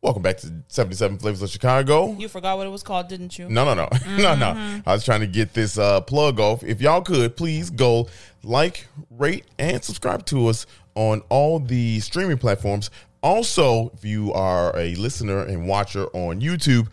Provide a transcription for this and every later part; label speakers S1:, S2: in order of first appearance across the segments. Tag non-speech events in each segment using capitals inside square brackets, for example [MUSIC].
S1: Welcome back to 77 Flavors of Chicago.
S2: You forgot what it was called, didn't you?
S1: No, no, [LAUGHS] no, no, no. I was trying to get this uh, plug off. If y'all could, please go like, rate, and subscribe to us on all the streaming platforms. Also, if you are a listener and watcher on YouTube,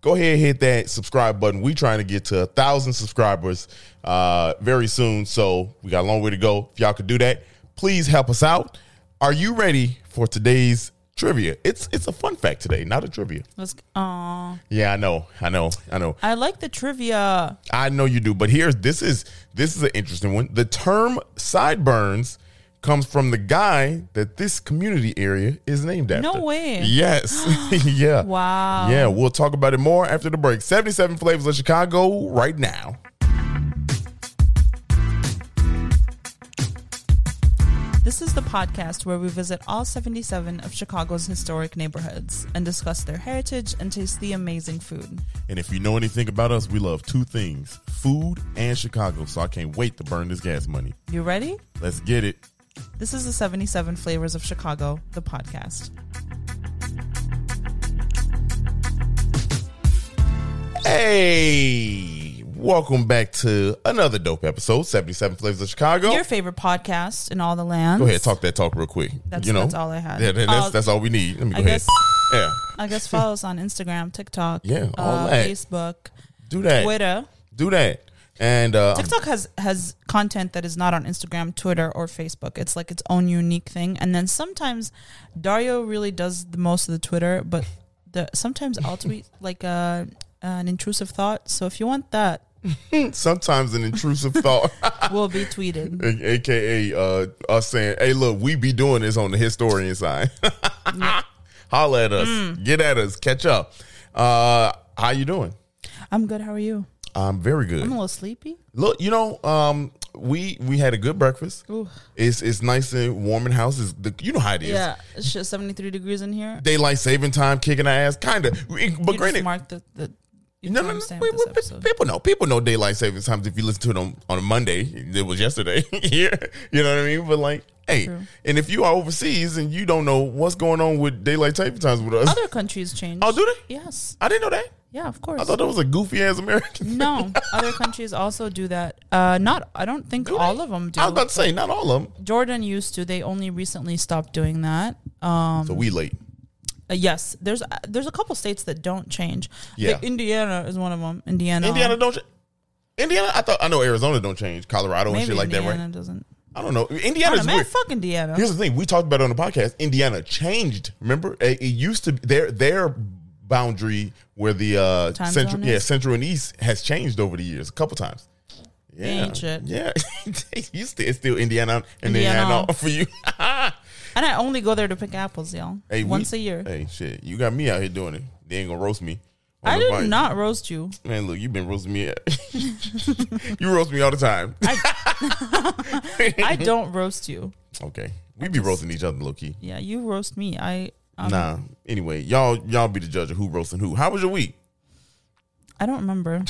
S1: go ahead and hit that subscribe button. We're trying to get to a thousand subscribers uh, very soon, so we got a long way to go. If y'all could do that, please help us out. Are you ready for today's trivia? It's it's a fun fact today, not a trivia.
S2: Let's. Aw.
S1: Yeah, I know, I know, I know.
S2: I like the trivia.
S1: I know you do, but here's this is this is an interesting one. The term sideburns comes from the guy that this community area is named after.
S2: No way. [GASPS]
S1: Yes. [LAUGHS] yeah.
S2: Wow.
S1: Yeah, we'll talk about it more after the break. 77 Flavors of Chicago right now.
S2: This is the podcast where we visit all 77 of Chicago's historic neighborhoods and discuss their heritage and taste the amazing food.
S1: And if you know anything about us, we love two things, food and Chicago. So I can't wait to burn this gas money.
S2: You ready?
S1: Let's get it.
S2: This is the 77 Flavors of Chicago, the podcast.
S1: Hey, welcome back to another dope episode, 77 Flavors of Chicago.
S2: Your favorite podcast in all the lands.
S1: Go ahead, talk that talk real quick.
S2: That's-
S1: you know,
S2: that's all I had.
S1: Yeah, that- that's,
S2: Uh,
S1: that's all we need. Let me go
S2: I
S1: ahead.
S2: guess,
S1: Yeah,
S2: I guess follow us on Instagram, TikTok,
S1: Yeah, all
S2: uh,
S1: that.
S2: Facebook,
S1: do that.
S2: Twitter.
S1: Do that. And uh,
S2: TikTok has has content that is not on Instagram, Twitter, or Facebook. It's like its own unique thing. And then sometimes Dario really does the most of the Twitter, but the sometimes
S1: [LAUGHS]
S2: I'll tweet like uh, an intrusive thought. So if you want that,
S1: sometimes an intrusive
S2: [LAUGHS]
S1: thought, [LAUGHS]
S2: will be tweeted.
S1: a- aka uh, us saying, "Hey, look, we be doing this on the historian side." [LAUGHS] Holla at us,
S2: Mm.
S1: get at us, catch up. Uh, how you doing?
S2: I'm good. How are you?
S1: I'm very
S2: I'm a
S1: good.
S2: little sleepy.
S1: Look, you know, um, we we had a good breakfast.
S2: Ooh.
S1: It's it's nice and warm in the house. It's the, you know how it is.
S2: Yeah, it's just 73 degrees in here.
S1: Daylight saving time, kicking our ass, kind of. But
S2: you
S1: granted,
S2: just marked the the. You
S1: No, no, no.
S2: timestamped
S1: We,
S2: this
S1: we-
S2: episode.
S1: people know. People know daylight savings times. If you listen to it on, on a Monday, it was yesterday [LAUGHS] here. You know what I mean? But like, hey,
S2: True.
S1: and if you are overseas and you don't know what's going on with daylight saving times with us,
S2: Other countries change.
S1: oh, do they?
S2: Yes.
S1: I didn't know that.
S2: Yeah, of course.
S1: I thought that was a goofy ass
S2: [LAUGHS]
S1: American.
S2: No, other countries also do that. Uh, not, I don't think all of them do.
S1: I was about to say not all of them.
S2: Jordan used to. They only recently stopped doing that. Um,
S1: So we late.
S2: uh, yes, there's uh, there's a couple states that don't change.
S1: Yeah.
S2: Like Indiana is one of them. Indiana,
S1: Indiana don't. cha- Indiana, I thought I know Arizona don't change. Colorado and shit like
S2: Indiana
S1: that, right?
S2: doesn't.
S1: I don't know.
S2: I
S1: Indiana's
S2: don't know, man,
S1: weird.
S2: fuck Indiana.
S1: Here's the thing: we talked about it on the podcast. Indiana changed. Remember, it, it used to their their boundary where the uh,
S2: Time
S1: central,
S2: zone
S1: yeah,
S2: is?
S1: central and east has changed over the years a couple times. Yeah,
S2: ain't shit.
S1: yeah. [LAUGHS] you still it's still Indiana and Indiana,
S2: Indiana.
S1: [LAUGHS] for you.
S2: and I only go there to pick apples, y'all.
S1: hey, we-
S2: Once a year.
S1: Hey, shit, you got me out here doing it. They ain't gonna roast me. on
S2: I
S1: the
S2: did
S1: vine.
S2: not roast you.
S1: [LAUGHS] Man, look, you've been roasting me. [LAUGHS] you roast me all the time.
S2: I don't roast you.
S1: okay, we be roasting each other, low key.
S2: Yeah, you roast me. I um,
S1: Nah. Anyway, y'all y'all be the judge of who roasting who. How was your week?
S2: I don't
S1: [LAUGHS]
S2: remember.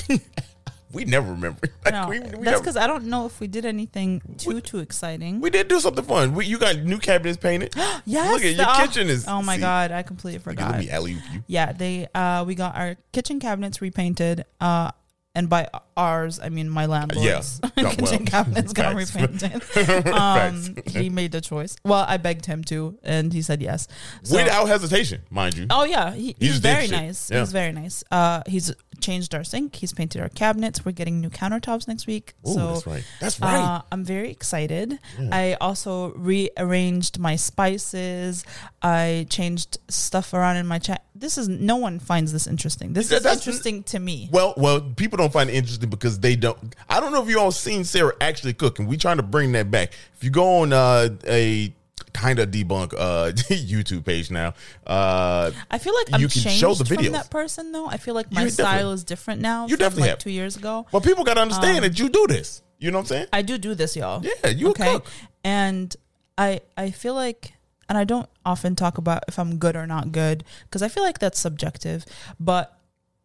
S1: We never remember. [LAUGHS] Like,
S2: No,
S1: we, we,
S2: that's
S1: never-
S2: because I don't know if we did anything too too exciting.
S1: we did do something fun. We, you got new cabinets painted.
S2: [GASPS] yes,
S1: look at your
S2: the-
S1: kitchen is.
S2: Oh my
S1: see,
S2: god, I completely
S1: look at-
S2: forgot.
S1: Let me alley
S2: [LAUGHS]
S1: you. [LAUGHS]
S2: Yeah, they uh we got our kitchen cabinets repainted. Uh and by ours, I mean my landlord's [LAUGHS]
S1: Yeah. Oh,
S2: kitchen
S1: Well,
S2: cabinets got
S1: facts. [LAUGHS]
S2: repainted.
S1: Facts.
S2: Um, he made the choice. Well, I begged him to, and he said yes. So-
S1: Without hesitation, mind you.
S2: Oh yeah, he, he's
S1: just did
S2: very
S1: shit.
S2: nice.
S1: Yeah.
S2: He's very nice. Uh, he's changed our sink. He's painted our cabinets. We're getting new countertops next week.
S1: Ooh,
S2: so
S1: that's right. That's right.
S2: Uh, I'm very excited. I also rearranged my spices. I changed stuff around in my chat. This is no one finds this interesting. This
S1: That-
S2: is
S1: that's-
S2: interesting to me.
S1: well, well, people don't find it interesting because they don't. I don't know if you all seen Sarah actually cook, and we trying to bring that back. If you go on uh, a kind of debunk uh, [LAUGHS] YouTube page now, uh,
S2: I feel like I'm
S1: you can
S2: changed
S1: show the
S2: from
S1: videos.
S2: that person though. I feel like my
S1: You definitely-
S2: style is different now.
S1: You
S2: from,
S1: definitely
S2: like
S1: have.
S2: two years ago.
S1: but people got to understand
S2: Um.
S1: that you do this. You know what I'm saying?
S2: I do do this, y'all.
S1: Yeah, you a cook.
S2: And I I feel like, and I don't often talk about if I'm good or not good because I feel like that's subjective. But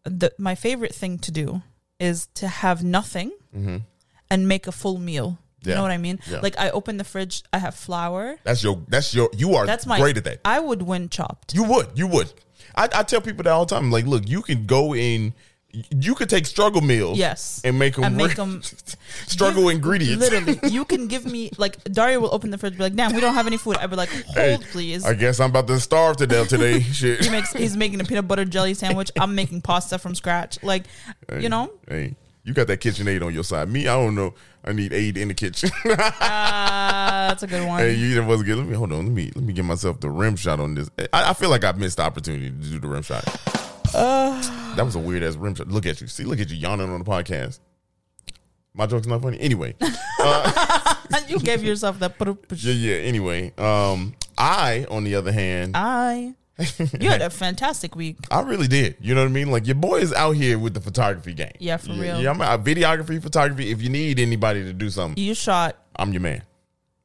S2: the, my favorite thing to do is to have nothing and make a full meal. You
S1: Mm-hmm. Yeah.
S2: know what I mean?
S1: Yeah.
S2: Like I open the fridge, I have flour.
S1: That's your. That's your. You are
S2: That's my
S1: great at that.
S2: I would win chopped.
S1: You would. You would. I, I tell people that all the time. Like, look, you can go in. You could take struggle meals.
S2: Yes.
S1: And make them.
S2: And make 'em-
S1: [LAUGHS] struggle
S2: Give-
S1: ingredients.
S2: Literally, you can give me like Daria will open the fridge, be like, "Damn, we don't have any food." I'd be like, "Hold,
S1: Hey,
S2: please."
S1: I guess I'm about to starve to death today. [LAUGHS]
S2: he
S1: Shit.
S2: makes he's making a peanut butter jelly sandwich. I'm making pasta from scratch. Like, you know,
S1: Hey, you got that kitchen aid on your side. Me, I don't know. I need aid in the kitchen. [LAUGHS]
S2: uh, that's a good one.
S1: hey, you either was good. Let me hold on. Let me let me get myself the rim shot on this. I, I feel like I missed the opportunity to do the rim shot.
S2: Uh.
S1: that was a weird ass rim shot. Look at you. See, look at you yawning on the podcast. My joke's not funny. Anyway.
S2: you gave yourself that.
S1: [LAUGHS] Yeah, yeah. Anyway, um, I, on the other hand,
S2: I. You had a fantastic week.
S1: I really did. You know what I mean? Like your boy is out here with the photography game.
S2: Yeah, for
S1: yeah,
S2: real.
S1: Yeah, I'm out. videography, photography. If you need anybody to do something,
S2: You shot.
S1: I'm your man.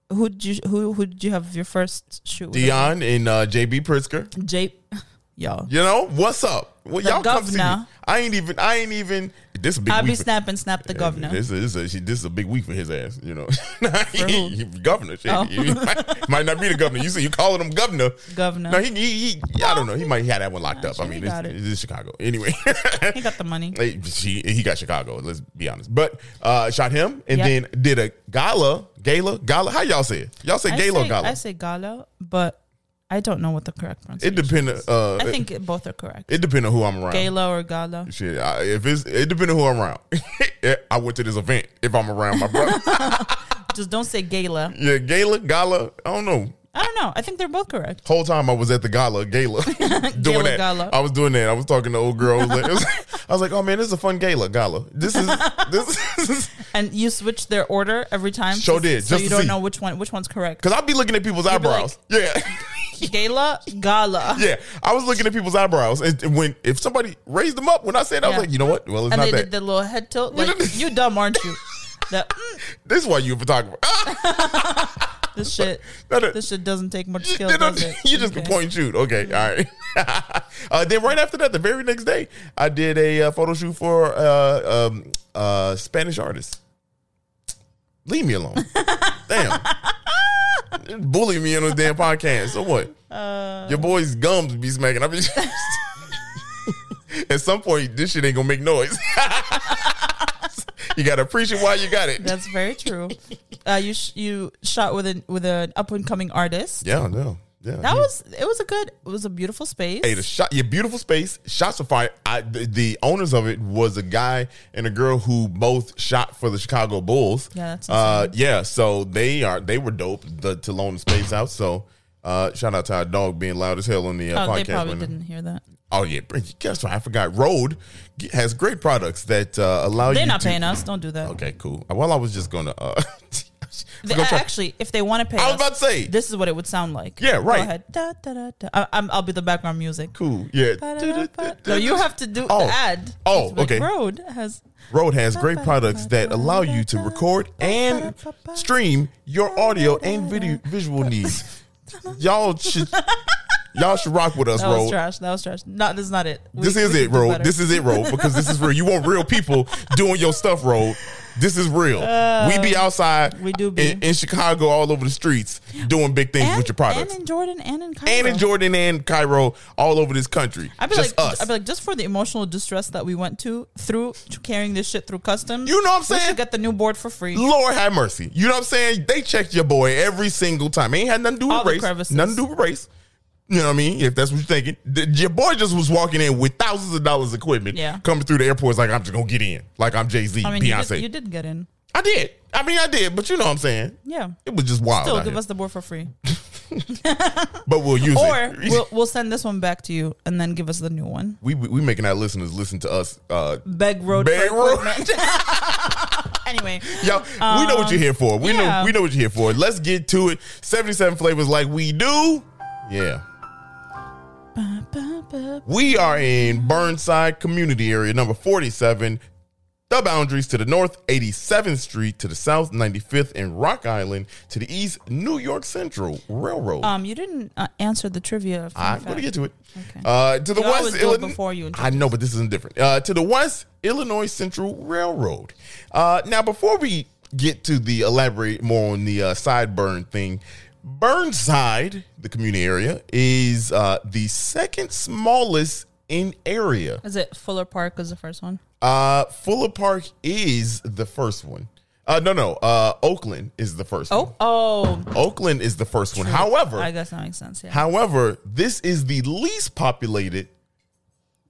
S2: Who did you who who did you have your first shoot? with?
S1: Dion and uh, JB Pritzker.
S2: Jay, [LAUGHS] y'all.
S1: You know what's up? Well,
S2: The
S1: y'all come see me.
S2: governor.
S1: I ain't even. I ain't even. This is a big
S2: I
S1: week.
S2: be
S1: for-
S2: snapping, snap the governor.
S1: This is, this, is a, this is a big week for his ass, you know. [LAUGHS]
S2: who?
S1: governor, shit.
S2: Oh.
S1: He
S2: [LAUGHS]
S1: might, might not be the governor. You see, you calling him governor.
S2: Governor.
S1: No, he, he, he I don't know. He might have that one locked up.
S2: sure
S1: I mean,
S2: he
S1: it's,
S2: got it.
S1: it's Chicago. Anyway,
S2: He got the
S1: [LAUGHS]
S2: money.
S1: Hey, He, he got Chicago. Let's be honest. But uh, shot him and
S2: Yep.
S1: then did a gala, gala, gala. How y'all say it? Y'all say
S2: I
S1: gala or
S2: say,
S1: gala?
S2: I say gala, but I don't know what the correct
S1: it
S2: pronunciation. is.
S1: depends. Uh,
S2: I think it- both are correct.
S1: it depends on who I'm around.
S2: Gala or gala.
S1: Shit, I, if it's it depends on who I'm around. [LAUGHS] I went to this event. If I'm around my
S2: [LAUGHS]
S1: brother,
S2: Just don't say gala.
S1: yeah, gala, gala. I don't know.
S2: I don't know. I think they're both correct.
S1: Whole time I was at the gala, gala, [LAUGHS] doing
S2: [LAUGHS] Gala,
S1: that.
S2: gala.
S1: I was doing that. I was talking to old
S2: [LAUGHS]
S1: girls. I was like, [LAUGHS] I was like, oh man, this is a fun gala, gala. This is
S2: [LAUGHS]
S1: this is
S2: And you switch their order every time.
S1: Sure
S2: so-
S1: did,
S2: So
S1: just
S2: you
S1: to
S2: don't
S1: see.
S2: know which one which one's correct.
S1: because I'd be looking at people's
S2: be like-
S1: eyebrows. yeah.
S2: Gala, gala.
S1: [LAUGHS] Yeah, I was looking at people's eyebrows, and and when if somebody raised them up when I said, I was
S2: Yeah.
S1: like, you know what? Well, it's
S2: and
S1: not
S2: they
S1: that.
S2: did the little head tilt.
S1: You
S2: Like
S1: did-
S2: you dumb, aren't you? The, mm,
S1: this is why you a photographer. [LAUGHS]
S2: this shit.
S1: No, no.
S2: This shit doesn't take much skill,
S1: you, know,
S2: does it?
S1: [LAUGHS] you just can
S2: Okay. Mm-hmm.
S1: point and shoot. Okay, all right. [LAUGHS] uh, then right after that, the very next day, I did a uh, photo shoot for uh, um, uh, Spanish artist. Leave me
S2: [LAUGHS]
S1: alone. Damn. Bully me on this damn podcast. So what?
S2: Uh.
S1: Your boy's gums be [LAUGHS] smacking. I
S2: [LAUGHS]
S1: mean, at some point, this shit ain't gonna make noise. [LAUGHS] you gotta appreciate why you got it.
S2: That's very true. Uh, you sh- you shot with an with an up and coming artist.
S1: yeah, no, yeah.
S2: That was it. Was a good. It was a beautiful space.
S1: Mm-hmm. Hey, the shot, your beautiful space, shots of fire. I, the, the owners of it was a guy and a girl who both shot for the Chicago Bulls.
S2: Yeah, that's
S1: uh, yeah. So they are they were dope the, to loan the space out. So uh, shout out to our dog being loud as hell on the uh,
S2: oh, they
S1: podcast.
S2: probably
S1: window.
S2: didn't hear that.
S1: Oh yeah, Bridget, guess what? I forgot. Road g- has great products that uh, allow
S2: They're
S1: you.
S2: not
S1: to,
S2: paying us. Don't do
S1: [LAUGHS]
S2: that.
S1: Okay, cool. Well, I was just gonna. Uh, [LAUGHS] I was
S2: They-
S1: gonna try-
S2: actually, if they want to pay
S1: I was
S2: us,
S1: about to say.
S2: this is what it would sound like.
S1: Yeah, right.
S2: Go ahead. Da, da, da, da. I, I'm, I'll be the background music.
S1: Cool. Yeah. [LAUGHS]
S2: So you have to do
S1: Oh.
S2: the ad.
S1: Oh,
S2: It's like,
S1: okay.
S2: Road has
S1: Road has great products that allow you to record and stream your audio and video visual needs. Y'all should y'all should rock with us,
S2: that was
S1: Road.
S2: trash. That was trash. No, this is not it. We-
S1: This is
S2: we
S1: it,
S2: can do
S1: Road.
S2: better.
S1: This is it, Road, because this is real. You want real people doing your stuff, Road. This is real. we be outside
S2: we do be.
S1: In, in Chicago, all over the streets, doing big things
S2: and,
S1: with your products.
S2: And in Jordan and in Cairo.
S1: And in Jordan and Cairo, all over this country.
S2: I'd be
S1: Just
S2: like,
S1: us.
S2: I'd be like, just for the emotional distress that we went to through carrying this shit through customs.
S1: You know what I'm
S2: we
S1: saying?
S2: should get the new board for free.
S1: Lord have mercy. You know what I'm saying? They checked your boy every single time. Ain't had nothing to do with
S2: All the
S1: race.
S2: crevices.
S1: Nothing to do with race. You know what I mean? If that's what you're thinking, The- your boy just was walking in with thousands of dollars of equipment.
S2: Yeah.
S1: Coming through the airport, it's like I'm just gonna get in, like I'm Jay Z,
S2: I mean, you
S1: Beyonce.
S2: did, you did get in.
S1: I did. I mean, I did. But you know what I'm saying?
S2: Yeah.
S1: It was just wild.
S2: Still,
S1: out
S2: give
S1: here.
S2: us the board for free,
S1: [LAUGHS] but we'll use
S2: or
S1: it.
S2: we'll we'll send this one back to you and then give us the new one.
S1: [LAUGHS] we we we making our listeners listen to us. Uh,
S2: Beg road.
S1: Beg
S2: for
S1: road.
S2: equipment.
S1: [LAUGHS]
S2: anyway,
S1: y'all, we know what you're here for. We
S2: yeah.
S1: know we know what you're here for. Let's get to it. 77 flavors like we do. Yeah.
S2: Ba, ba, ba.
S1: We are in Burnside Community Area, number 47. The boundaries to the north, 87th Street to the south, 95th and Rock Island to the east, New York Central Railroad.
S2: um, you didn't uh, answer the trivia. fun
S1: I'm going
S2: fact.
S1: to get to it.
S2: Okay.
S1: Uh, to the
S2: You always
S1: west,
S2: do it
S1: Illin-
S2: before you introduce.
S1: I know, but this isn't different. Uh, to the west, Illinois Central Railroad. Uh, now, before we get to the elaborate more on the uh, sideburn thing. Burnside, the community area, is uh, the second smallest in area.
S2: Is it Fuller Park? Was the first one?
S1: Uh, Fuller Park is the first one. Uh, no, no. Uh, Oakland is the first one.
S2: Oh, oh.
S1: Oakland is the first one. However,
S2: I guess that makes sense. Yeah,
S1: However, this is the least populated,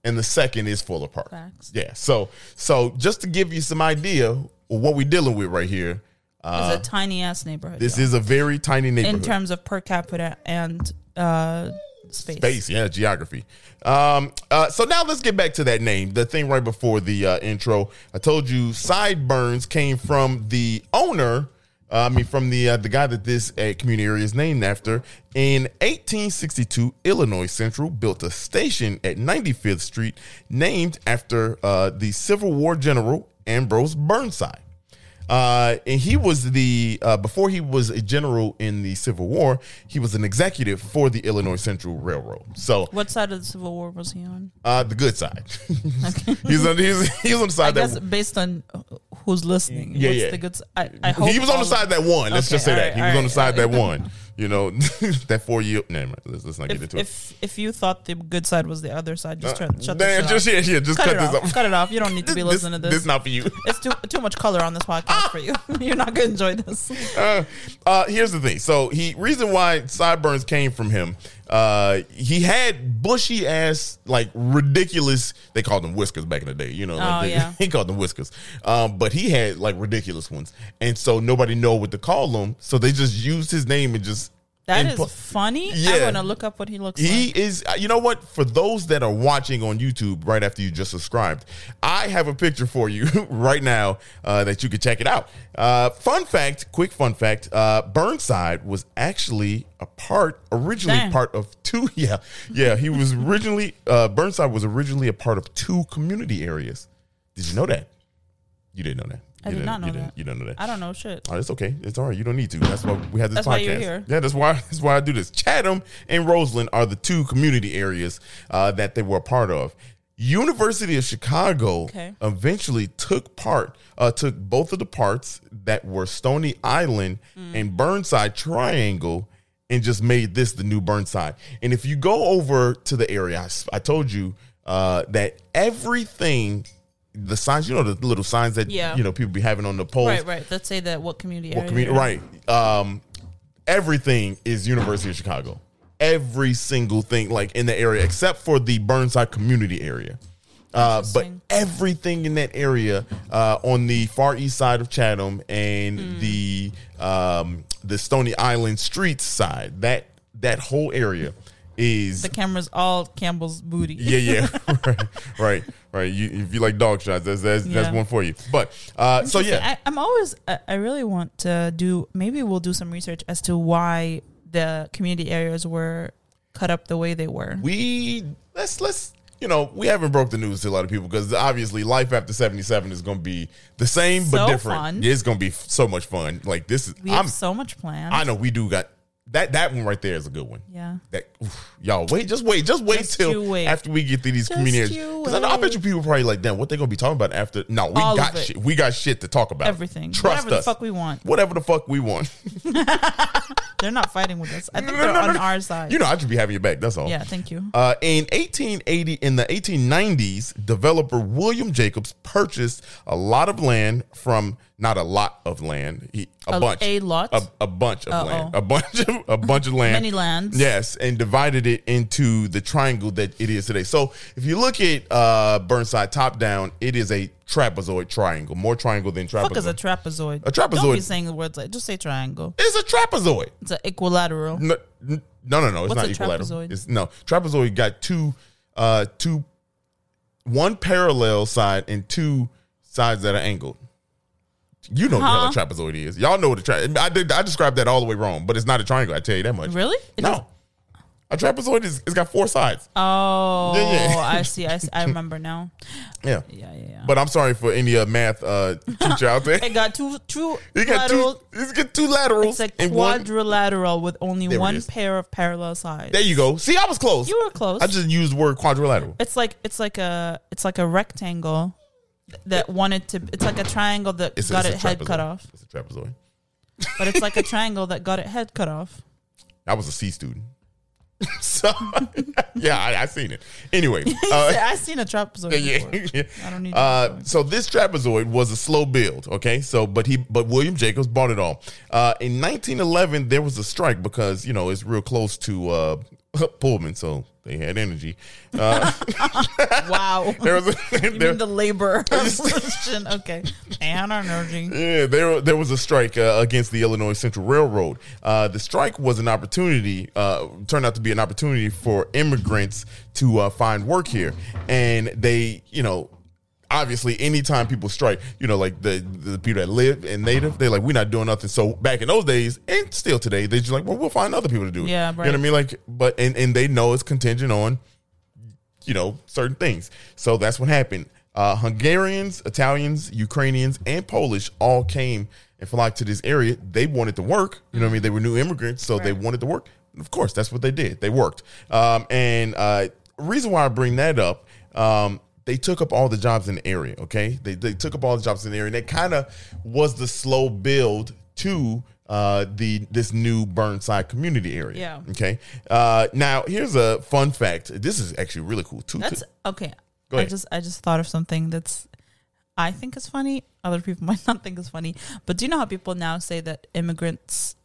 S1: and the second is Fuller Park.
S2: Facts.
S1: Yeah. So, so just to give you some idea of what we're dealing with right here,
S2: it's a tiny ass neighborhood.
S1: Uh, this
S2: y'all.
S1: is a very tiny
S2: in
S1: neighborhood.
S2: terms of per capita and uh, space.
S1: Space, yeah, geography. Um, uh, so now let's get back to that name, the thing right before the uh, intro. I told you sideburns came from the owner. Uh, I mean, from the uh, the guy that this uh, community area is named after. In 1862, Illinois Central built a station at 95th Street named after uh, the Civil War general Ambrose Burnside. Uh, and he was the uh, before he was a general in the Civil War, he was an executive for the Illinois Central Railroad. So
S2: What side of the Civil War was he
S1: [LAUGHS]
S2: on?
S1: uh, the good side. he's on he's, he's on the
S2: I
S1: side
S2: guess
S1: that
S2: based on who's listening.
S1: Yeah,
S2: what's
S1: yeah.
S2: The good, s- I, I hope
S1: he was on the
S2: all-
S1: side that won. Let's
S2: Okay,
S1: just say
S2: all
S1: that
S2: right,
S1: he
S2: all
S1: was on the
S2: right,
S1: side
S2: all
S1: that won. You know [LAUGHS] that four year. Never mind. Let's, let's not get
S2: If,
S1: into it.
S2: if if you thought the good side was the other side, just
S1: Uh,
S2: turn, shut
S1: damn,
S2: this
S1: just
S2: off.
S1: yeah, yeah, just
S2: Cut,
S1: cut,
S2: it
S1: this
S2: off.
S1: off.
S2: Cut it off. You don't need to be listening to
S1: this
S2: this.
S1: is not for you.
S2: It's too too much color on this podcast for you. [LAUGHS] You're not gonna
S1: [LAUGHS]
S2: enjoy this.
S1: uh, uh, here's the thing. So he reason why sideburns came from him. Uh, he had bushy ass, like ridiculous. They called them whiskers back in the day. You know, like
S2: Oh,
S1: they-
S2: yeah.
S1: [LAUGHS] he called them whiskers. Um, but he had like ridiculous ones, and so nobody know what to call them. So they just used his name and just
S2: That is
S1: impl-
S2: funny. I
S1: Yeah.
S2: want to look up what he looks
S1: he
S2: like.
S1: is, uh, you know what? For those that are watching on YouTube right after you just subscribed, I have a picture for you [LAUGHS] right now uh, that you can check it out. Uh, fun fact, quick fun fact uh, Burnside was actually a part, originally
S2: Damn.
S1: part of two. [LAUGHS] Yeah, yeah, he was originally, uh, Burnside was originally a part of two community areas. Did you know that? You didn't know that.
S2: I
S1: you
S2: did
S1: didn't-
S2: not know
S1: you
S2: that.
S1: Didn't, you don't know that.
S2: I don't know shit.
S1: Oh, it's okay. It's all right. You don't need to. That's why we have this
S2: That's
S1: podcast.
S2: why you're here.
S1: Yeah, that's why [LAUGHS] that's why I do this. Chatham and Roseland are the two community areas uh, that they were a part of. University of Chicago
S2: Okay.
S1: eventually took part, uh, took both of the parts that were Stony Island
S2: Mm.
S1: and Burnside Triangle, and just made this the new Burnside. And if you go over to the area, I, s- I told you uh, that everything, the signs, you know, the little signs that
S2: Yeah.
S1: you know people be having on the poles,
S2: Right, right. Let's say that what community?
S1: what
S2: area
S1: community?
S2: you're in.
S1: Right. Um, everything is University of Chicago. Every single thing, like in the area, except for the Burnside community area. Uh, but
S2: Interesting.
S1: everything in that area uh, on the far east side of Chatham and
S2: Hmm.
S1: the um, the Stony Island streets side that that whole area is
S2: The camera's all Campbell's booty.
S1: [LAUGHS] yeah,
S2: [LAUGHS]
S1: yeah, right, right, right. You, if you like dog shots, that's that's,
S2: Yeah.
S1: that's one for you. But uh, so yeah,
S2: I, I'm always. I, I really want to do. Maybe we'll do some research as to why the community areas were cut up the way they were.
S1: we let's let's you know we haven't broke the news to a lot of people because obviously life after 77 is going to be the same but
S2: So
S1: different
S2: fun.
S1: Yeah, it's going to be f- so much fun like this is
S2: We
S1: i'm
S2: have so much planned.
S1: i know we do got that that one right there is a good one
S2: yeah.
S1: that oof, y'all wait just wait just wait
S2: Just
S1: till
S2: you wait.
S1: after we get to these communities
S2: you
S1: because I, know- I bet you people probably like damn what they gonna be talking about after no we
S2: All of
S1: got
S2: it.
S1: shit we got shit to talk about
S2: Everything.
S1: trust
S2: Whatever
S1: us
S2: the fuck we want.
S1: whatever the fuck we want
S2: They're not fighting with us. I think
S1: No,
S2: they're
S1: no, no,
S2: on
S1: no.
S2: our
S1: [LAUGHS]
S2: side.
S1: you know I should be having your back that's all
S2: yeah. Thank you.
S1: Uh, in 1880, in the 1890s, developer William Jacobs purchased a lot of land from not a lot of land, he, a,
S2: A-
S1: bunch,
S2: a lot?
S1: a, a bunch of
S2: Uh-oh.
S1: land, a bunch of a bunch
S2: [LAUGHS]
S1: of land,
S2: Many lands.
S1: Yes, and divided it into the triangle that it is today. So if you look at uh, Burnside top down, it is a trapezoid triangle, more triangle than
S2: Fuck is a
S1: trapezoid.
S2: trapezoid.
S1: A trapezoid-
S2: Don't be saying the words like. Just say triangle.
S1: it's a trapezoid.
S2: It's an equilateral.
S1: No, n- no, no, no. It's
S2: What's
S1: not
S2: a
S1: equilateral.
S2: trapezoid?
S1: It's no trapezoid. Got two, uh, two, one parallel side and two sides that are angled. You know what the hell
S2: Huh?
S1: a trapezoid is. Y'all know what a tra- I did. I described that all the way wrong, but it's not a triangle. I tell you that much.
S2: Really? It
S1: No, a trapezoid is. It's got four sides.
S2: Oh,
S1: Yeah, yeah.
S2: I see. I see. I remember now.
S1: Yeah.
S2: Yeah, yeah, yeah.
S1: But I'm sorry for any uh, math uh, teacher out
S2: [LAUGHS]
S1: there.
S2: it got two two
S1: You got
S2: lateral-
S1: two. It's got two laterals
S2: It's a
S1: and one.
S2: quadrilateral with only
S1: There it
S2: one
S1: is.
S2: pair of parallel sides.
S1: There you go. See, I was close.
S2: You were close.
S1: I just used the word quadrilateral.
S2: it's like it's like a it's like a rectangle that wanted to. It's like a triangle that
S1: It's a-
S2: got
S1: it's a
S2: its head cut
S1: trapezoid.
S2: off,
S1: It's a trapezoid.
S2: but it's like a triangle that got its head cut off. [LAUGHS]
S1: I was a C student. [LAUGHS] so yeah, I, I seen it. Anyway,
S2: [LAUGHS]
S1: uh, [LAUGHS]
S2: I seen a trapezoid.
S1: yeah,
S2: before.
S1: yeah.
S2: I don't need.
S1: Uh,
S2: trapezoid.
S1: so this trapezoid was a slow build, okay? So, but he, but William Jacobs bought it all. Uh, in 1911, there was a strike because you know it's real close to uh, [LAUGHS] Pullman, so they had energy. Uh, [LAUGHS]
S2: wow.
S1: there was,
S2: [LAUGHS] you
S1: there-
S2: mean
S1: [LAUGHS]
S2: the labor revolution? Okay, and energy.
S1: Yeah, there there was a strike uh, against the Illinois Central Railroad. Uh, the strike was an opportunity, uh, turned out to be an opportunity for immigrants to uh, find work here, and they, you know. Obviously, anytime people strike, you know, like the the people that live in native, they're like, we're not doing nothing. So back in those days, and still today, they're just like, well, we'll find other people to do it.
S2: Yeah,
S1: you know
S2: right.
S1: what I mean? Like, but and and they know it's contingent on you know certain things. So that's what happened. Uh, Hungarians, Italians, Ukrainians, and Polish all came and flocked to this area. They wanted to work. You know what I mean? They were new immigrants, so they
S2: Right.
S1: wanted to work. Of course, that's what they did. They worked. Um, and uh, reason why I bring that up, um, they took up all the jobs in the area. Okay, they they took up all the jobs in the area, and that kind of was the slow build to uh, the this new Burnside community area.
S2: Yeah.
S1: Okay. Uh, now here's a fun fact. This is actually really cool too.
S2: That's okay.
S1: Go
S2: I
S1: ahead.
S2: just I just thought of something that's I think is funny. Other people [LAUGHS] might not think is funny. But do you know how people now say that immigrants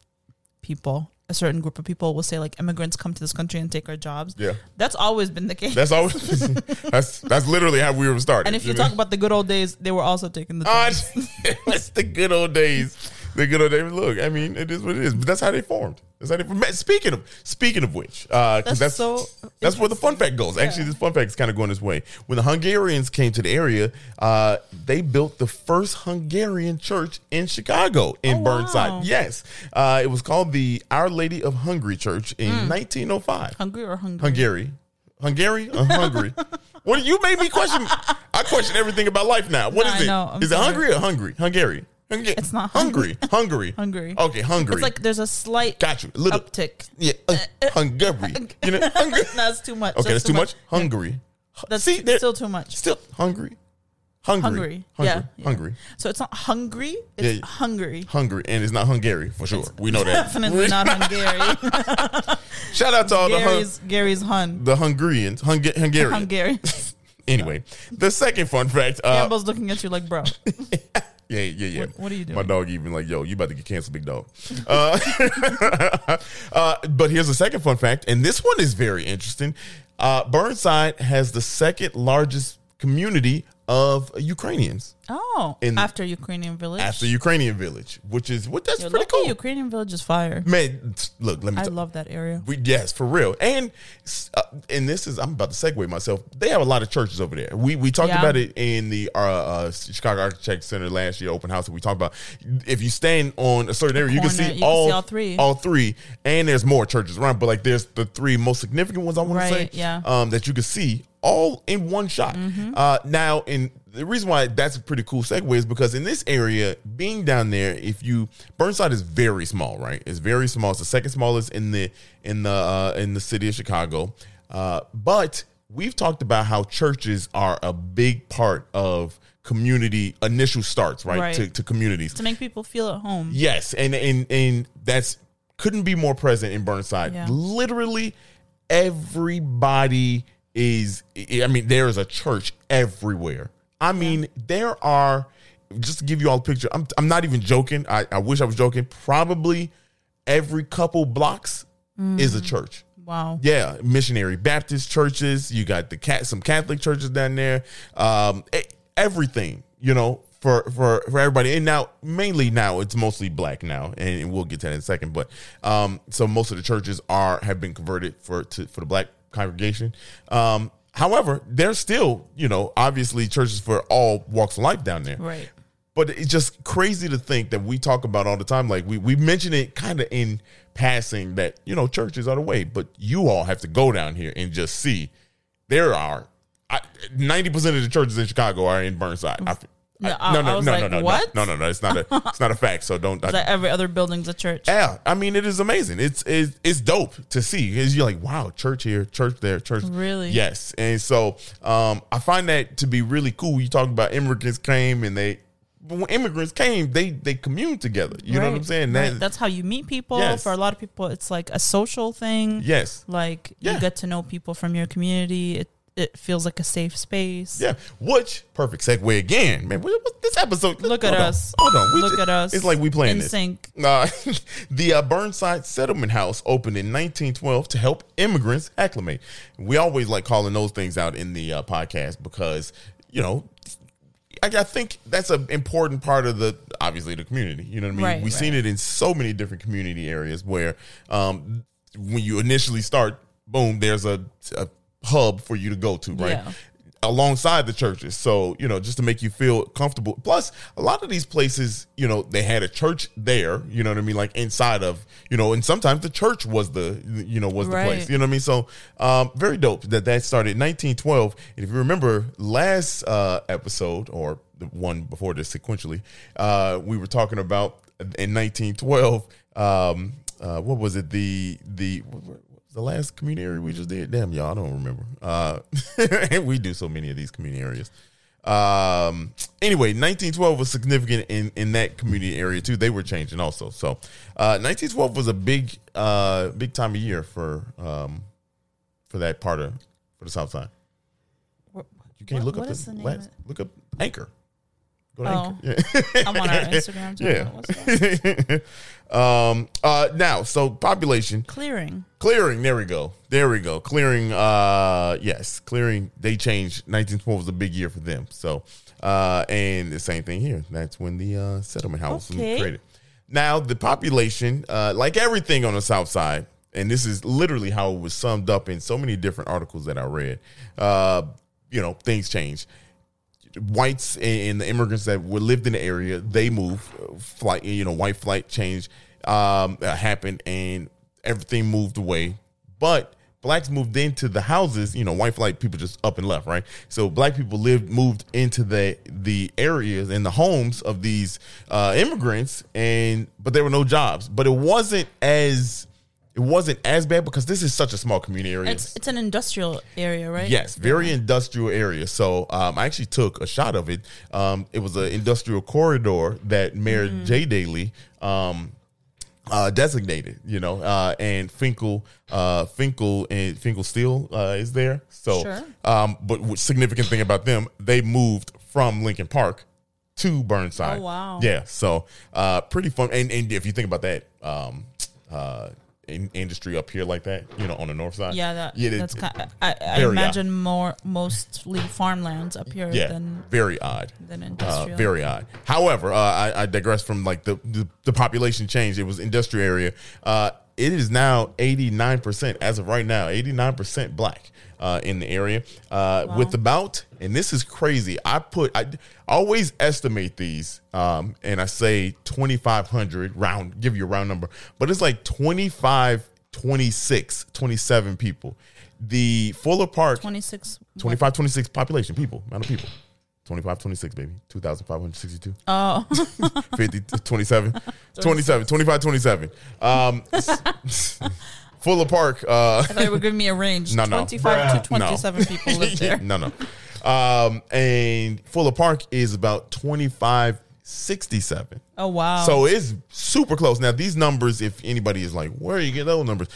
S2: people, a certain group of people will say like immigrants come to this country and take our jobs?
S1: Yeah.
S2: That's always been the case.
S1: That's always [LAUGHS] that's that's literally how we were started.
S2: and if you
S1: know?
S2: talk about the good old days, they were also taking the
S1: Ah,
S2: jobs.
S1: [LAUGHS] it's the good old days. The good old days. Look, I mean, it is what it is. But that's how they formed. That's how they formed. Speaking of speaking of which, uh, 'cause that's
S2: That's
S1: that's,
S2: so
S1: where the fun fact goes. Actually, this fun fact is kind of going this way. When the Hungarians came to the area, uh, they built the first Hungarian church in Chicago in
S2: Oh,
S1: Burnside.
S2: wow.
S1: Yes, uh, it was called the Our Lady of Hungary Church in
S2: Mm.
S1: 1905.
S2: Hungry or hungry?
S1: Hungary. Hungary or
S2: [LAUGHS]
S1: Hungary? what you made me question? I question everything about life now. What
S2: No,
S1: is
S2: I
S1: it?
S2: know. I'm
S1: Is it
S2: sorry.
S1: hungry or hungry? Hungary. Hungary.
S2: It's not
S1: hungry. Hungry.
S2: [LAUGHS] Hungry.
S1: Okay, hungry.
S2: It's like there's a slight
S1: got you. A little
S2: uptick.
S1: yeah.
S2: [LAUGHS]
S1: uh, Hungary. You know, hungry.
S2: no, that's too much.
S1: Okay, that's too much. Hungry.
S2: That's
S1: See, there-
S2: still too much.
S1: still hungry. Hungry.
S2: Hungry. Yeah, yeah.
S1: Hungry.
S2: So it's not hungry,
S1: Yeah,
S2: it's
S1: yeah.
S2: hungry.
S1: Hungry. And it's not Hungary for sure. we know that.
S2: Definitely not Hungary.
S1: [LAUGHS] Shout out to all the hun-
S2: Gary's Gary's Hun.
S1: the Hungarians. Hung- Hungarian. [LAUGHS]
S2: Hungary.
S1: Uh, anyway, the second fun fact. Uh,
S2: Campbell's looking at you like, bro.
S1: [LAUGHS] Yeah, yeah, yeah.
S2: What- what are you
S1: My
S2: doing?
S1: dog even like, yo, you about to get canceled, big dog. [LAUGHS] Uh, uh, [LAUGHS] but here's a second fun fact, and this one is very interesting. Uh, Burnside has the second largest community of Ukrainians
S2: Oh,
S1: In-
S2: after Ukrainian village.
S1: after Ukrainian village, which is what that's
S2: Yo,
S1: pretty
S2: lucky
S1: cool. Mm,
S2: Ukrainian village is fire.
S1: Man, t- look, let me.
S2: I
S1: tell-
S2: love that area.
S1: we, yes, for real, and s- uh, and this is I'm about to segue myself. They have a lot of churches over there. We we talked
S2: Yeah.
S1: about it in the uh, uh, Chicago Architect Center last year open house that we talked about. If you stand on a certain area, you can
S2: corner,
S1: see
S2: you can
S1: all
S2: see all three.
S1: all three, and there's more churches around. But like there's the three most significant ones I want to
S2: Right,
S1: say,
S2: yeah. Mm-hmm.
S1: um, that you can see all in one shot. Uh, now, and the reason why that's a pretty cool segue is because in this area, being down there, if you Burnside is very small, right? It's very small. It's the second smallest in the in the uh, in the city of Chicago. Uh, but we've talked about how churches are a big part of community initial starts, right?
S2: Right.
S1: To, to communities.
S2: To make people feel at home.
S1: Yes, and and and that's couldn't be more present in Burnside.
S2: Yeah.
S1: Literally everybody is I mean there is a church everywhere. I mean there are just to give you all a picture. I'm I'm not even joking. I I wish I was joking. Probably every couple blocks is a church.
S2: Wow.
S1: Yeah, missionary Baptist churches. You got the cat some Catholic churches down there. Um, e- everything you know for for for everybody. And now mainly now it's mostly black now, and we'll get to that in a second. But um, so most of the churches are have been converted for to for the black congregation. Um, however, there's still you know obviously churches for all walks of life down there.
S2: Right.
S1: But it's just crazy to think that we talk about all the time. Like we we mention it kind of in passing that you know churches are the way, but you all have to go down here and just see there are ninety percent of the churches in Chicago are in Burnside. I, No,
S2: I-
S1: no,
S2: Mm. I
S1: no,
S2: was
S1: no,
S2: like,
S1: no, no,
S2: what?
S1: no, no, no. It's not a, it's not a fact. So don't.
S2: [LAUGHS] That every other building's a church.
S1: yeah, I mean, it is amazing. It's it's, it's dope to see because you're like, wow, church here, church there, church.
S2: Really?
S1: Yes, and so um, I find that to be really cool. You talk about immigrants came and they, when immigrants came, they they communed together. You know what I'm
S2: Right,
S1: saying?
S2: right.
S1: That-
S2: That's how you meet people.
S1: Yes.
S2: For a lot of people, it's like a social thing.
S1: yes,
S2: Like
S1: Yeah.
S2: you get to know people from your community. It it feels like a safe space.
S1: yeah. Which perfect segue again, man. What, what- this episode?
S2: Look at
S1: hold on,
S2: us.
S1: Hold on.
S2: Look at us.
S1: It's like we playing
S2: In
S1: this. [LAUGHS]
S2: sync.
S1: Uh, the uh, Burnside Settlement House opened in 1912 to help immigrants acclimate. We always like calling those things out in the uh, podcast because, you know, I, I think that's an important part of the obviously the community. You know what I mean?
S2: Right,
S1: We've seen it in so many different community areas where, um, when you initially start, boom, there's a, a hub for you to go to, right?
S2: Yeah.
S1: alongside the churches. So, you know, just to make you feel comfortable. Plus, a lot of these places, you know, they had a church there, you know what I mean? Like inside of, you know, and sometimes the church was the, you know, was the
S2: Right.
S1: place, you know what I mean? So, um, very dope that that started in 1912. And if you remember last uh, episode or the one before this sequentially, uh, we were talking about in 1912, um, uh, what was it? The, the, what- what- the last community area we just did. Damn, y'all, I don't remember. Uh, [LAUGHS] we do so many of these community areas. Um, anyway, 1912 was significant in, in that community area too. They were changing also. So, uh, 1912 was a big, uh, big time of year for, um, for that part of, for the South Side.
S2: What-
S1: You can't
S2: what-
S1: look up
S2: what
S1: the,
S2: is the name
S1: last-
S2: of
S1: look up Anchor. Go to
S2: Oh.
S1: Anchor. Yeah.
S2: I'm on our Instagram. so I don't know [LAUGHS] what's that.
S1: Yeah. [LAUGHS] um, uh, now, so population,
S2: Clearing.
S1: clearing there we go there we go clearing uh yes clearing they changed 1912 was a big year for them so uh and the same thing here that's when the uh settlement house
S2: Okay.
S1: was created now the population uh like everything on the south side and this is literally how it was summed up in so many different articles that i read uh you know things changed whites and, and the immigrants that were lived in the area they moved uh, flight you know white flight change um uh, happened and everything moved away but blacks moved into the houses you know white flight people just up and left right so black people lived moved into the the areas and the homes of these uh immigrants and but there were no jobs but it wasn't as it wasn't as bad because this is such a small community area
S2: It's it's an industrial area, right?
S1: Yes, very industrial area. So um, I actually took a shot of it. Um, it was an industrial corridor that Mayor
S2: Mm.
S1: Jay Daly um, uh, designated, you know, uh, and Finkel, uh, Finkel, and Finkel Steel uh, is there. So,
S2: Sure.
S1: um, but what significant thing about them, they moved from Lincoln Park to Burnside.
S2: Oh, wow.
S1: Yeah, so uh, pretty fun. And, and if you think about that, um, uh, in, industry up here like that, you know, on the north side.
S2: Yeah, that,
S1: it-
S2: that's kind. I, I
S1: very
S2: imagine more mostly farmlands up here
S1: yeah,
S2: than
S1: very odd.
S2: than
S1: Uh,
S2: industrial.
S1: very odd. However, uh, I, I digress from like the, the the population change. It was industrial area. Uh, it is now eighty nine percent as of right now. Eighty nine percent black uh, in the area. Uh, With about and this is crazy. I put I always estimate these, um, and I say twenty five hundred round. Give you a round number, but it's like 25, 26, 27 people. The Fuller Park
S2: 26
S1: 25, 26 population, people, amount of people. 25, 26, baby. 2,562.
S2: oh [LAUGHS]
S1: 50, 27. 27, 25, 27. Um, [LAUGHS] s- Fuller Park. Uh,
S2: I thought you were giving me a range.
S1: No, no. Bruh.
S2: 25 to
S1: [LAUGHS]
S2: 27
S1: No.
S2: people live there.
S1: no, no. Um, and Fuller Park is about 25, 67.
S2: Oh, wow.
S1: So it's super close. Now, these numbers, if anybody is like, where you get those numbers?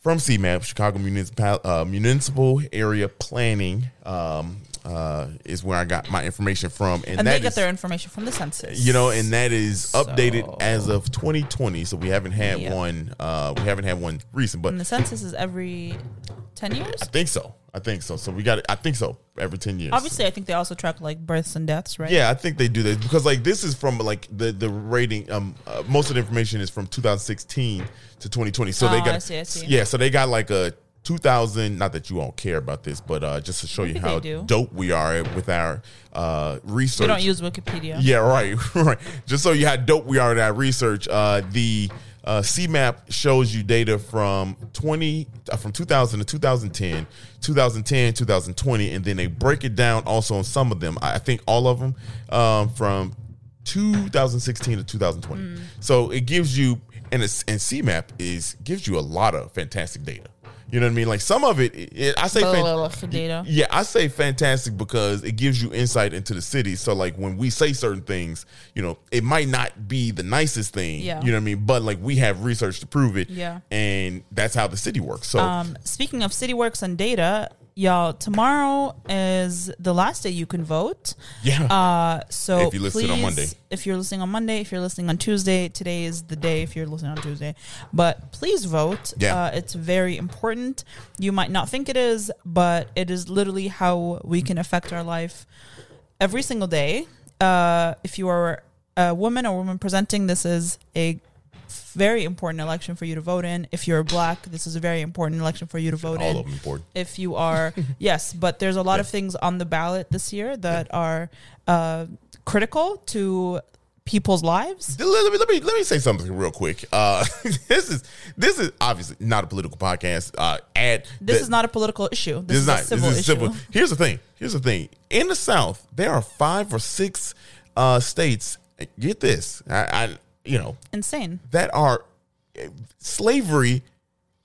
S1: From CMAP, Chicago Municipal, uh, Municipal Area Planning um, uh, is where I got my information from. And,
S2: and
S1: that
S2: they get
S1: is-
S2: their information from the census.
S1: you know, and that is updated
S2: So-
S1: as of 2020. So we haven't had
S2: Yeah.
S1: one. Uh, we haven't had one recent, but
S2: And the census is every 10 years?
S1: I think so. I think so. So we got. it. I think so. Every 10 years.
S2: Obviously, I think they also track like births and deaths, right?
S1: Yeah, I think they do that because like this is from like the the rating. Um, uh, most of the information is from 2016 to 2020. So they
S2: Oh,
S1: got.
S2: I see, I see.
S1: Yeah, so they got like a 2000. Not that you all care about this, but uh, just to show you
S2: think
S1: how
S2: they do.
S1: dope we are with our uh research.
S2: We don't use Wikipedia.
S1: [LAUGHS] Yeah, right, right. Just so you how dope we are in our research, uh, the Uh, CMAP shows you data from 20 uh, from 2000 to 2010, 2010, 2020, and then they break it down also on some of them. I I think all of them um, from 2016 to 2020. So it gives you and it's and CMAP is gives you a lot of fantastic data. You know what I mean? Like some of it, it I
S2: Oh,
S1: say fan-
S2: data.
S1: yeah, I say fantastic because it gives you insight into the city. So like when we say certain things, you know, it might not be the nicest thing.
S2: Yeah.
S1: You know what I mean? But like we have research to prove it.
S2: Yeah.
S1: And that's how the city works. So
S2: Um, speaking of CityWorks and data, y'all, tomorrow is the last day you can vote.
S1: yeah.
S2: [LAUGHS] Uh, so
S1: If you listen on
S2: please,
S1: Monday.
S2: if you're listening on Monday, if you're listening on Tuesday, today is the day. If you're listening on Tuesday, but please vote.
S1: Yeah.
S2: uh, it's very important. You might not think it is, but it is literally how we can affect our life every single day. Uh, if you are a woman or woman presenting, this is a very important election for you to vote in. If you're black, this is a very important election for you to vote in
S1: all of them important.
S2: if you
S1: [LAUGHS]
S2: are yes but there's a lot of
S1: Yeah.
S2: things on the ballot this year that are uh, critical to people's lives
S1: Let me, let me let me say something real quick. Uh, [LAUGHS] this is this is obviously not a political podcast. Uh, ad
S2: this
S1: the-
S2: is not a political issue this,
S1: This
S2: is,
S1: is not.
S2: a civil
S1: this is
S2: issue
S1: civil. Here's the thing. Here's the thing. In the South, there are five or six uh, states. Get this. I, I you know
S2: insane
S1: that are slavery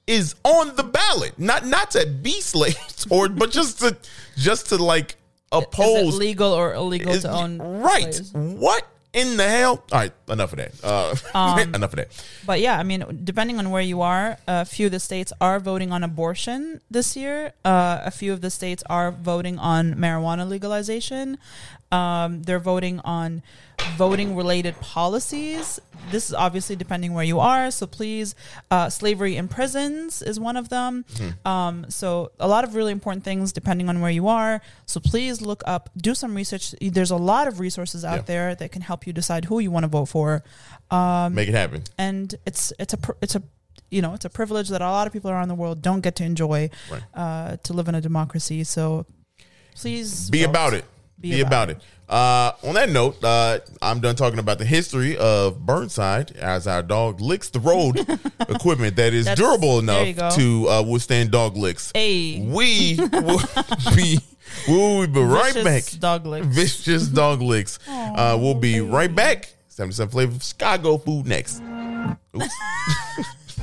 S1: is on the ballot. Not not to be [LAUGHS] slaves or but just to just to like
S2: is it
S1: oppose
S2: legal or illegal
S1: is-
S2: to own
S1: right.
S2: slaves?
S1: What in the hell? All right, enough of that. Uh,
S2: Um,
S1: [LAUGHS] enough of that.
S2: but yeah i mean depending on where you are a few of the states are voting on abortion this year uh, a few of the states are voting on marijuana legalization um, they're voting on voting related policies this is obviously depending where you are so please uh, slavery in prisons is one of them um, so a lot of really important things depending on where you are so please look up do some research there's a lot of resources out
S1: Yeah.
S2: there that can help you decide who you want to vote for um,
S1: Make it happen.
S2: and it's it's a pr- it's a you know it's a privilege that a lot of people around the world don't get to enjoy
S1: Right.
S2: uh, to live in a democracy. So please
S1: Be
S2: vote.
S1: about it.
S2: Be
S1: Be, about,
S2: about
S1: it. Uh, on that note, uh, I'm done talking about the history of Burnside as our dog licks the
S2: [LAUGHS]
S1: road equipment that is
S2: That's-
S1: durable
S2: there you go.
S1: enough to uh, withstand dog licks.
S2: Hey.
S1: We will [LAUGHS] be, we will be right back.
S2: Vicious Dog licks.
S1: Vicious dog licks. Uh, we'll be right back. 77 flavor of Chicago food next. Oops.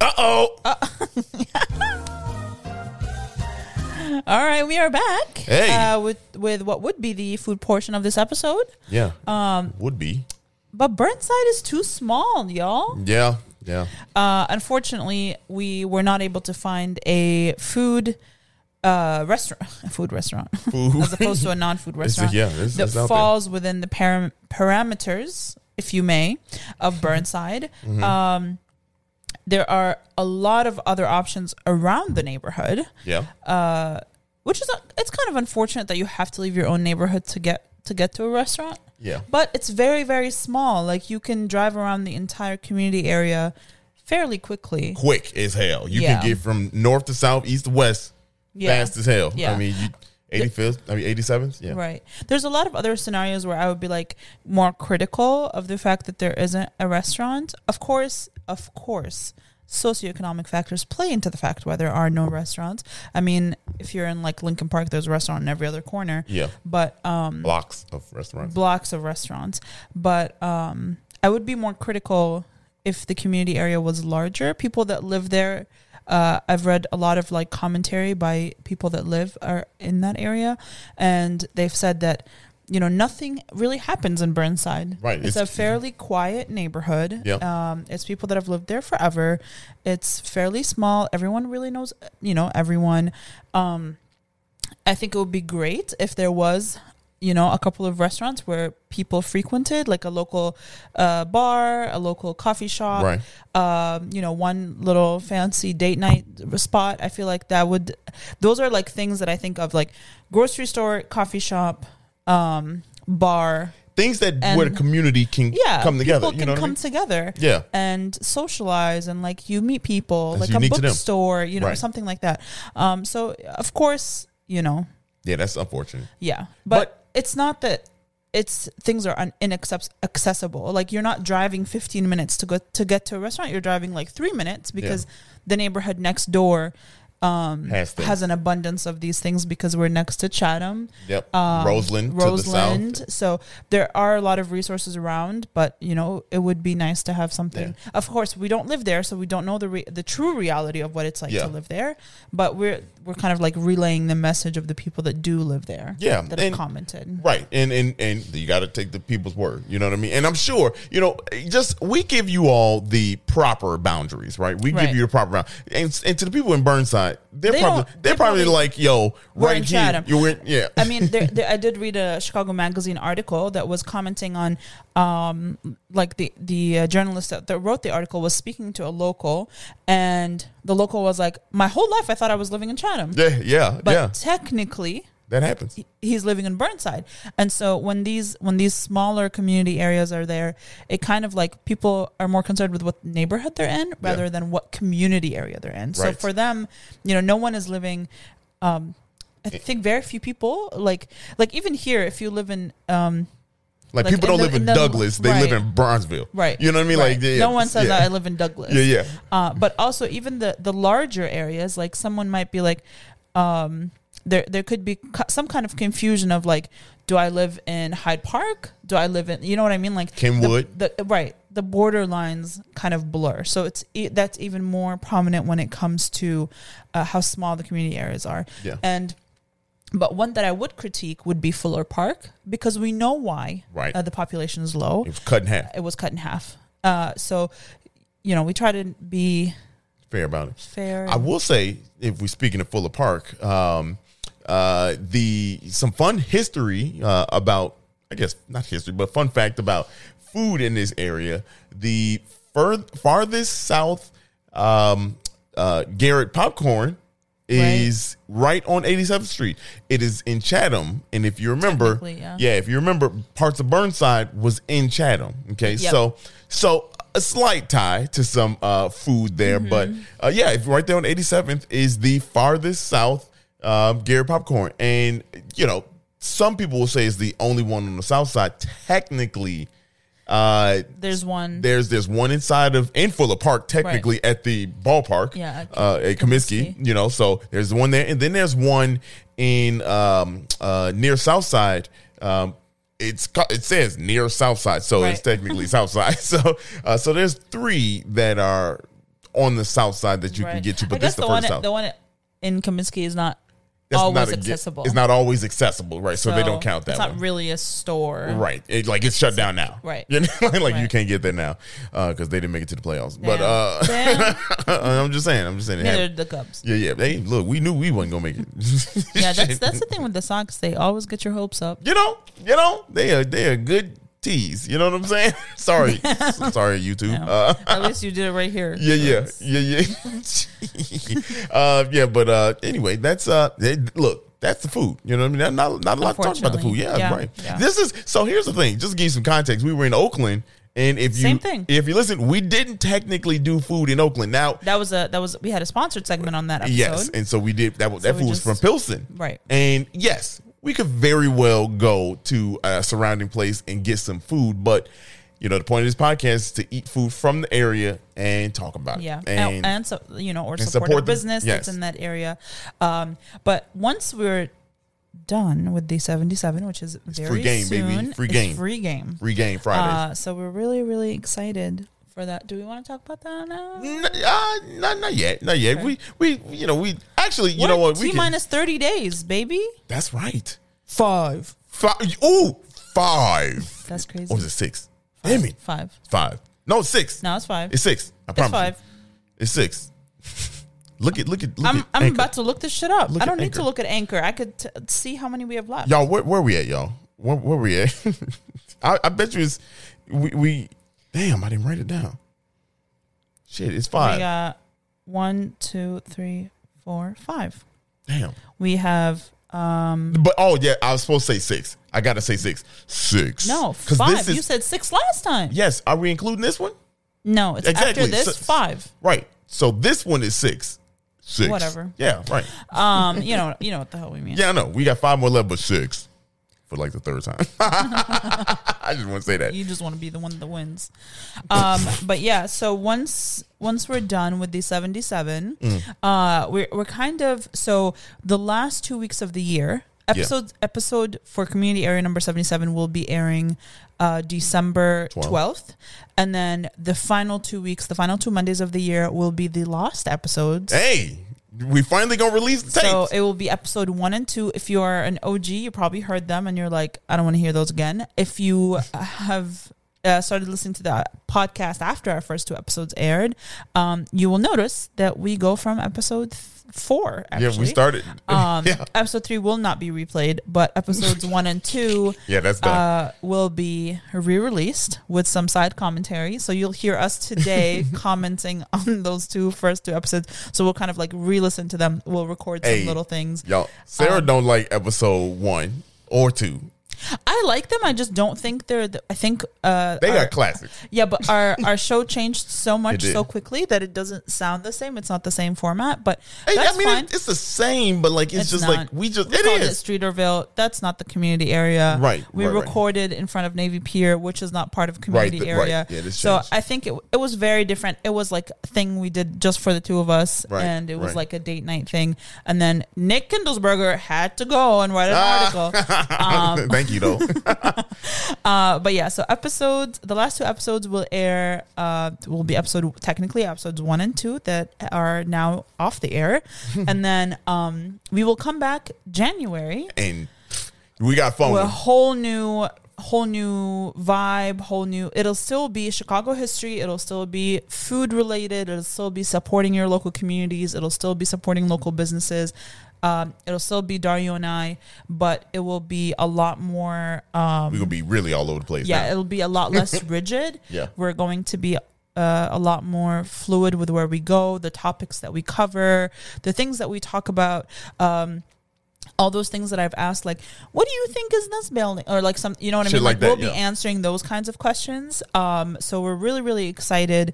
S1: Uh oh.
S2: [LAUGHS] All right, we are back.
S1: Hey.
S2: Uh, with with what would be the food portion of this episode,
S1: Yeah. Um, Would be.
S2: but Burnside is too small, y'all.
S1: Yeah. Yeah.
S2: Uh, unfortunately, we were not able to find a food uh, restaurant, [LAUGHS] a food restaurant, as [LAUGHS] opposed to a non-food restaurant.
S1: yeah, it's-
S2: that
S1: it's out there.
S2: falls within the param- parameters, if you may, of Burnside.
S1: Mm-hmm.
S2: Um, there are a lot of other options around the neighborhood,
S1: Yeah.
S2: Uh, which is it's kind of unfortunate that you have to leave your own neighborhood to get to get to a restaurant.
S1: Yeah.
S2: But it's very very small. Like you can drive around the entire community area fairly quickly.
S1: quick as hell. You
S2: Yeah.
S1: can get from north to south, east to west,
S2: Yeah.
S1: fast as hell.
S2: Yeah.
S1: I mean, you, 85th, I mean, 87th. Yeah.
S2: Right. There's a lot of other scenarios where I would be like more critical of the fact that there isn't a restaurant. Of course, of course, socioeconomic factors play into the fact why there are no restaurants. I mean, if you're in like Lincoln Park, there's a restaurant in every other corner.
S1: Yeah.
S2: But um
S1: Blocks of restaurants.
S2: blocks of restaurants. But um I would be more critical if the community area was larger. People that live there uh, I've read a lot of like commentary by people that live are in that area, and they've said that you know nothing really happens in Burnside.
S1: Right,
S2: it's, a
S1: it's-
S2: fairly quiet neighborhood.
S1: Yeah.
S2: um, it's people that have lived there forever. It's fairly small. Everyone really knows you know everyone. Um, I think it would be great if there was you know, a couple of restaurants where people frequented, like a local uh, bar, a local coffee shop,
S1: Right.
S2: um, you know, one little fancy date night spot. I feel like that would, those are like things that I think of, like grocery store, coffee shop, um, bar.
S1: Things that
S2: Mm. And-
S1: where the community can
S2: Yeah,
S1: come together.
S2: People
S1: You know
S2: can
S1: what I
S2: come
S1: mean?
S2: together,
S1: Yeah.
S2: and socialize, and like you meet people,
S1: That's
S2: like a
S1: unique to them.
S2: bookstore, you know,
S1: Right.
S2: something like that. Um, so of course, you know,
S1: yeah, that's unfortunate.
S2: yeah, but, it's not that it's things are un- inaccess- accessible. Like you're not driving 15 minutes to go to get to a restaurant. You're driving like three minutes because the neighborhood next door um,
S1: Has things.
S2: has an abundance of these things because we're next to Chatham,
S1: Yep.
S2: um,
S1: Roseland, to the
S2: Roseland.
S1: south.
S2: So there are a lot of resources around, but you know it would be nice to have something. Of course, we don't live there, so we don't know the re- the true reality of what it's like
S1: Yeah.
S2: to live there. But we're we're kind of like relaying the message of the people that do live there.
S1: Yeah,
S2: that
S1: and-
S2: have commented.
S1: Right. And and and you got to take the people's word. You know what I mean? And I'm sure, you know, just we give you all the proper boundaries, right? We
S2: Right.
S1: give you the proper bound- and, and to the people in Burnside, they're
S2: They
S1: probably
S2: don't-
S1: they're,
S2: they
S1: probably,
S2: probably-
S1: like, yo,
S2: We're
S1: right
S2: in
S1: here.
S2: Chatham.
S1: You're in, yeah.
S2: I mean, there, there, I did read a Chicago Magazine article that was commenting on, um, like the the uh, journalist that, that wrote the article was speaking to a local, and the local was like, "My whole life I thought I was living in Chatham,
S1: [LAUGHS] yeah, yeah,
S2: but
S1: yeah.
S2: technically
S1: That happens.
S2: he's living in Burnside." And so when these when these smaller community areas are there, it kind of like people are more concerned with what neighborhood they're in rather than what community area they're in. So
S1: Right.
S2: for them, you know, no one is living. Um, I
S1: Eh.
S2: think very few people like like even here. If you live in um,
S1: Like,
S2: Like,
S1: people
S2: in
S1: don't
S2: the-
S1: live in,
S2: in the-
S1: Douglas, they live
S2: right.
S1: in Bronzeville.
S2: right,
S1: You know what I mean?
S2: right.
S1: Like yeah,
S2: no one says
S1: yeah.
S2: that I live in Douglas.
S1: Yeah, yeah.
S2: Uh, but also even the the larger areas, like someone might be like, um, there there could be co- some kind of confusion of like, do I live in Hyde Park? Do I live in you know what I mean? Like
S1: Kenwood.
S2: the, the right the borderlines kind of blur. So it's e- that's even more prominent when it comes to uh, how small the community areas are.
S1: Yeah.
S2: and. But one that I would critique would be Fuller Park because we know why
S1: Right.
S2: uh, the population is low
S1: It was cut in half.
S2: it was cut in half. Uh, so, you know, we try to be
S1: Fair about it.
S2: fair.
S1: I will say, if we're speaking of Fuller Park, um, uh, the some fun history uh, about, I guess not history, but fun fact about food in this area. The fur- farthest south um, uh, Garrett popcorn is right. on 87th Street. It is in Chatham, and if you remember,
S2: Technically, yeah.
S1: if you remember, parts of Burnside was in Chatham. Okay,
S2: Yep.
S1: so so a slight tie to some uh, food there,
S2: Mm-hmm.
S1: but uh, yeah, if right there on 87th is the farthest south um, Gary Popcorn, and you know some people will say it's the only one on the south side. Technically, uh,
S2: There's one.
S1: there's there's one inside of in Fuller Park, technically at the ballpark,
S2: Yeah, at
S1: uh, at Comiskey, you know. So there's one there, and then there's one in um, uh, near Southside. Um, it's ca- it says near Southside, so it's
S2: Right. [LAUGHS]
S1: technically Southside. [LAUGHS] So uh, so there's three that are on the South Side that you can
S2: right.
S1: get to,
S2: I
S1: but this
S2: guess
S1: is the,
S2: the one,
S1: first
S2: at-
S1: South.
S2: the one at- in Kaminsky is not
S1: That's not
S2: always
S1: a get-
S2: accessible.
S1: It's not always accessible, right? So, they don't count that.
S2: It's
S1: one.
S2: not really a store.
S1: Right. It, like it's shut down now.
S2: Right.
S1: [LAUGHS] You know, like you
S2: Right.
S1: can't get there now because they didn't make it to the playoffs. But [LAUGHS]
S2: Damn.
S1: uh, I'm just saying. I'm just saying. It
S2: Neither are
S1: happened. [LAUGHS]
S2: the Cubs.
S1: yeah, yeah. They look. We knew we wasn't gonna make it. [LAUGHS]
S2: Yeah, that's that's the thing with the Sox. They always get your hopes up.
S1: you know. You know. They are. They are good teas. You know what I'm saying? [LAUGHS]
S2: [LAUGHS]
S1: Sorry. Sorry, YouTube. [LAUGHS] Uh,
S2: At least you did it right here.
S1: yeah, yeah, yeah, yeah. [LAUGHS] uh, yeah, but uh, anyway, that's uh, they, look, that's the food. You know what I mean? Not not, not a lot to talk about the food.
S2: Unfortunately.
S1: Yeah,
S2: Yeah,
S1: right.
S2: yeah.
S1: This is so. Here's the thing. Just to give you some context. We were in Oakland, and if you
S2: Same thing.
S1: if you listen, we didn't technically do food in Oakland. Now,
S2: That was a that was we had a sponsored segment on that episode.
S1: yes, and so we did that. was that
S2: we
S1: food was
S2: just-
S1: from Pilsen,
S2: Right.
S1: And yes, we could very well go to a surrounding place and get some food, but. You know, the point of this podcast is to eat food from the area and talk about
S2: yeah
S1: it.
S2: and, and so you know or
S1: and
S2: support,
S1: support
S2: a
S1: the-
S2: business
S1: yes.
S2: that's in that area um but once we're done with the 77 which is very
S1: free game,
S2: soon
S1: baby. Free
S2: it's
S1: game.
S2: free game
S1: Regain Fridays.
S2: uh so we're really really excited for that do we want to talk about that now
S1: N- uh, not not yet, not yet. We we you know we actually you know what we
S2: T
S1: can,
S2: minus 30 days baby
S1: that's right.
S2: five
S1: Five. Ooh, five.
S2: that's crazy
S1: Or was it six? Damn it,
S2: five
S1: five. No, six.
S2: now it's five
S1: it's six. I
S2: it's
S1: promise. you.
S2: five
S1: It's six. [LAUGHS] look at look at look
S2: i'm,
S1: at.
S2: I'm
S1: Anchor.
S2: about to look this shit up
S1: Look
S2: i
S1: at
S2: don't need
S1: Anchor.
S2: to look at anchor i could t- see how many we have left
S1: Y'all, where where we at, y'all? Where, where we at? [LAUGHS] I, I bet you it's we, we. Damn, I didn't write it down. Shit, it's
S2: We
S1: five.
S2: got one, two, three, four, five.
S1: Damn.
S2: We have um
S1: But oh yeah, I was supposed to say six. I gotta say six. Six.
S2: no
S1: 'Cause
S2: five.
S1: This is,
S2: you said six last time.
S1: yes. Are we including this one?
S2: No, it's
S1: Exactly.
S2: after this
S1: So-
S2: five.
S1: Right. So this one is six. Six.
S2: Whatever.
S1: Yeah. Right.
S2: Um, you know, you know what the hell we mean.
S1: Yeah. I know. We got five more left, but six for like the third time. [LAUGHS] I just want to say that.
S2: You just want to be the one that wins. Um, but yeah, so once once we're done with the 77,
S1: Mm.
S2: uh, we're, we're kind of so the last two weeks of the year, episode episode for community area number 77 will be airing uh, December 12th. And then the final two weeks, the final two Mondays of the year will be the lost episodes.
S1: Hey, we finally gonna release the tapes.
S2: So it will be episode one and two. If you are an OG, you probably heard them and you're like, I don't want to hear those again. If you have uh, started listening to the podcast after our first two episodes aired, um, you will notice that we go from episode th- four. Actually.
S1: yeah, we started. [LAUGHS]
S2: [LAUGHS] Um,
S1: yeah.
S2: Episode three will not be replayed, but
S1: [LAUGHS]
S2: episodes one and two
S1: Yeah, that's done.
S2: uh, will be re released with some side commentary. So you'll hear us
S1: [LAUGHS]
S2: today commenting on those two first two episodes. So we'll kind of like re listen to them. We'll record some
S1: Hey,
S2: little things.
S1: Y'all, Sarah
S2: um,
S1: don't like episode one or two.
S2: I like them. I just don't think they're, the, I think, uh,
S1: They
S2: our-
S1: got classics.
S2: Yeah,
S1: [LAUGHS]
S2: but our, our show changed so much
S1: did.
S2: so quickly that it doesn't sound the same. It's not the same format, but
S1: Hey,
S2: that's
S1: I mean,
S2: fine.
S1: it- it's the same, but like it's, just like we just
S2: we
S1: it
S2: called
S1: is. [LAUGHS]
S2: it Streeterville. That's not the community area.
S1: Right,
S2: We
S1: right, right.
S2: recorded in front of Navy Pier, which is not part of community
S1: th- right.
S2: area.
S1: Yeah, this
S2: so
S1: changed.
S2: I think it it was very different. It was like a thing we did just for the two of us,
S1: Right,
S2: and it was
S1: right.
S2: like a date night thing. And then Nick Kindlesberger had to go and write an
S1: Ah. [LAUGHS]
S2: article. um,
S1: Thank you
S2: [LAUGHS]
S1: though.
S2: Uh, but yeah, so episodes, the last two episodes will air, uh, will be episode, technically episodes one and two that are now off
S1: [LAUGHS]
S2: the air. and then um, we will come back January.
S1: and we got fun.
S2: with a
S1: with-
S2: whole new whole new vibe whole new it'll still be chicago history it'll still be food related it'll still be supporting your local communities it'll still be supporting local businesses um, it'll still be dario and i but it will be a lot more um,
S1: We're gonna be really all over the place.
S2: yeah
S1: now.
S2: it'll be a
S1: [LAUGHS]
S2: lot less rigid
S1: Yeah.
S2: we're going to be uh, a lot more fluid with where we go the topics that we cover the things that we talk about um all those things that I've asked, like, what do you think is this building? Or like some, you know what
S1: Shit
S2: I mean?
S1: like
S2: Like,
S1: that,
S2: we'll be
S1: yeah.
S2: answering those kinds of questions. Um, so we're really, really excited.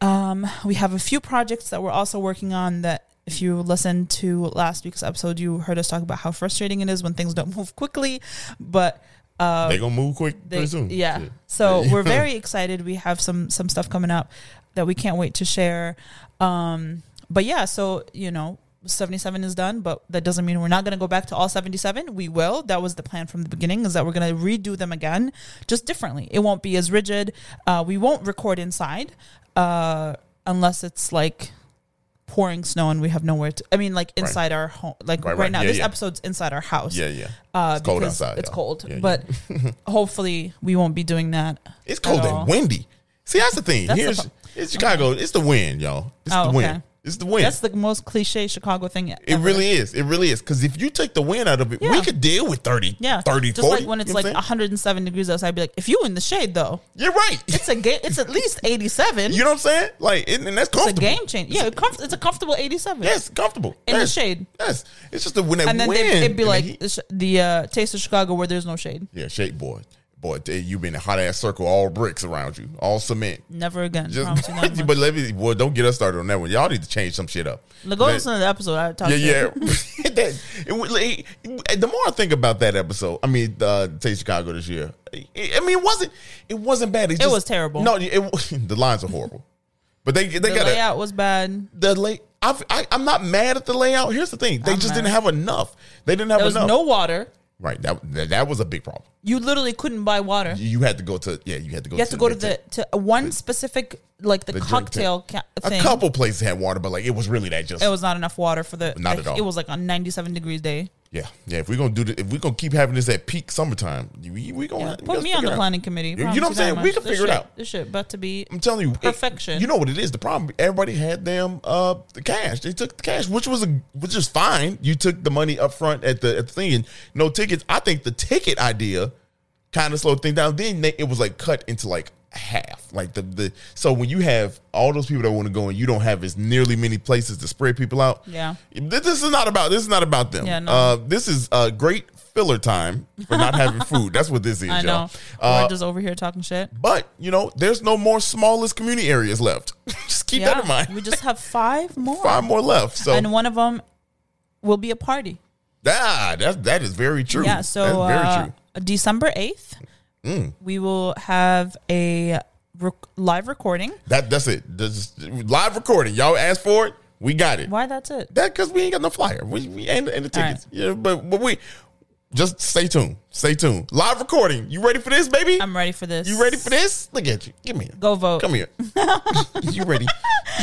S2: Um, we have a few projects that we're also working on that if you listened to last week's episode, you heard us talk about how frustrating it is when things don't [LAUGHS] move quickly, but
S1: they gonna move quick
S2: uh, they-
S1: pretty soon.
S2: Yeah.
S1: Shit.
S2: So
S1: [LAUGHS]
S2: we're very excited. We have some some stuff coming up that we can't wait to share. Um, but yeah, so you know, seventy seven is done, but that doesn't mean we're not gonna go back to all seventy seven. We will. That was the plan from the beginning, is that we're gonna redo them again, just differently. It won't be as rigid. Uh, we won't record inside, uh, unless it's like pouring snow and we have nowhere to i mean like inside our home like
S1: Right,
S2: right,
S1: right.
S2: now
S1: Yeah,
S2: this
S1: yeah.
S2: episode's inside our house
S1: yeah, yeah.
S2: uh,
S1: it's cold
S2: because
S1: outside.
S2: It's
S1: y'all.
S2: cold,
S1: Yeah, yeah. [LAUGHS]
S2: but hopefully we won't be doing that.
S1: it's
S2: at
S1: cold
S2: all.
S1: and windy. See, that's the thing.
S2: That's the
S1: Here's
S2: pro-
S1: it's Chicago. It's the wind, y'all. It's
S2: Oh,
S1: the wind.
S2: okay.
S1: It's the wind.
S2: That's the most cliche Chicago thing.
S1: it really is. It really is. Because if you take the wind out of it, we
S2: Yeah.
S1: could deal with 30,
S2: yeah.
S1: 30,
S2: just
S1: 40.
S2: like when it's
S1: you know
S2: like
S1: what I'm saying?
S2: 107 degrees outside, I'd be like, if you in the shade though,
S1: You're right. [LAUGHS]
S2: it's a ga- it's at least 87.
S1: You know what I'm saying? Like, and, and that's
S2: it's a
S1: comfortable.
S2: game change. Yeah, it comf- it's a comfortable 87.
S1: Yes, comfortable.
S2: In the
S1: Yes,
S2: shade.
S1: Yes. It's just the when that
S2: And then
S1: wind.
S2: they, it'd be
S1: and the
S2: like
S1: heat.
S2: the, sh- the uh, taste of Chicago where there's no shade.
S1: Yeah, shade boy. Boy, they- you been in a hot ass circle, all bricks around you, all cement.
S2: Never again.
S1: Just,
S2: promise
S1: [LAUGHS]
S2: you that much.
S1: but let me, boy, don't get us started on that one. Y'all need to change some shit up.
S2: Like, Go
S1: Let-
S2: listen to the episode. I talked
S1: yeah,
S2: to
S1: yeah. [LAUGHS] that, it, was- like, the more I think about that episode, I mean, uh, Taste Chicago this year. I I mean, it wasn't it wasn't bad.
S2: It was terrible.
S1: No, it, it- [LAUGHS] the lines are horrible, but they they
S2: The
S1: got a,
S2: layout was bad.
S1: the lay. I've, I, I'm not mad at the layout. Here's the thing: they
S2: I'm
S1: just
S2: mad.
S1: didn't have enough. They didn't have
S2: There was
S1: enough.
S2: no water.
S1: right. That, that that was a big problem.
S2: You literally couldn't buy water.
S1: You had to go to yeah. You had to go.
S2: You have to go to
S1: Big Ten.
S2: the to one specific like the,
S1: The drink
S2: cocktail ca- thing.
S1: A couple places had water, but like it was really that just
S2: It was not enough water for the.
S1: Not at all.
S2: It was like on ninety-seven degrees day.
S1: Yeah, yeah. If we're gonna do, the, if we're gonna keep having this at peak summertime, we we gonna
S2: Yeah,
S1: we
S2: put
S1: gotta
S2: me on
S1: figure
S2: the
S1: out.
S2: planning committee.
S1: You know
S2: promise
S1: what I'm
S2: you that
S1: saying? We
S2: much.
S1: can
S2: This
S1: figure it
S2: shit-
S1: out.
S2: This shit about to be.
S1: I'm telling you, it-
S2: Perfection.
S1: you know what it is. The problem. Everybody had them uh the cash. They took the cash, which was a which is fine. You took the money up front at the at the thing, and no tickets. I think the ticket idea kind of slowed things down. Then they, it was like cut into like half. Like the the so when you have all those people that want to go and you don't have as nearly many places to spread people out.
S2: Yeah.
S1: Th- This is not about this is not about them.
S2: Yeah, no.
S1: Uh, this is a uh, great filler time for not
S2: [LAUGHS]
S1: having food. That's what this is,
S2: I know.
S1: y'all. Uh,
S2: We're just over here talking shit.
S1: but you know, there's no more smallest community areas left. [LAUGHS] just keep that in mind.
S2: we just have five more,
S1: Five more left. So
S2: and one of them will be a party.
S1: ah, that that is very Mm. true.
S2: Yeah, so
S1: That's
S2: uh, December eighth, we will have a rec- live recording.
S1: That that's it. This is live recording. Y'all asked for it. We got it.
S2: Why? That's it.
S1: That because we ain't got no flyer. We we and, and the
S2: All
S1: tickets. Yeah, but but we just stay tuned. Stay tuned. Live recording. You ready for this, baby?
S2: I'm ready for this.
S1: you ready for this? Look at you. Give me here.
S2: Go vote. [LAUGHS]
S1: Come here. [LAUGHS] you ready?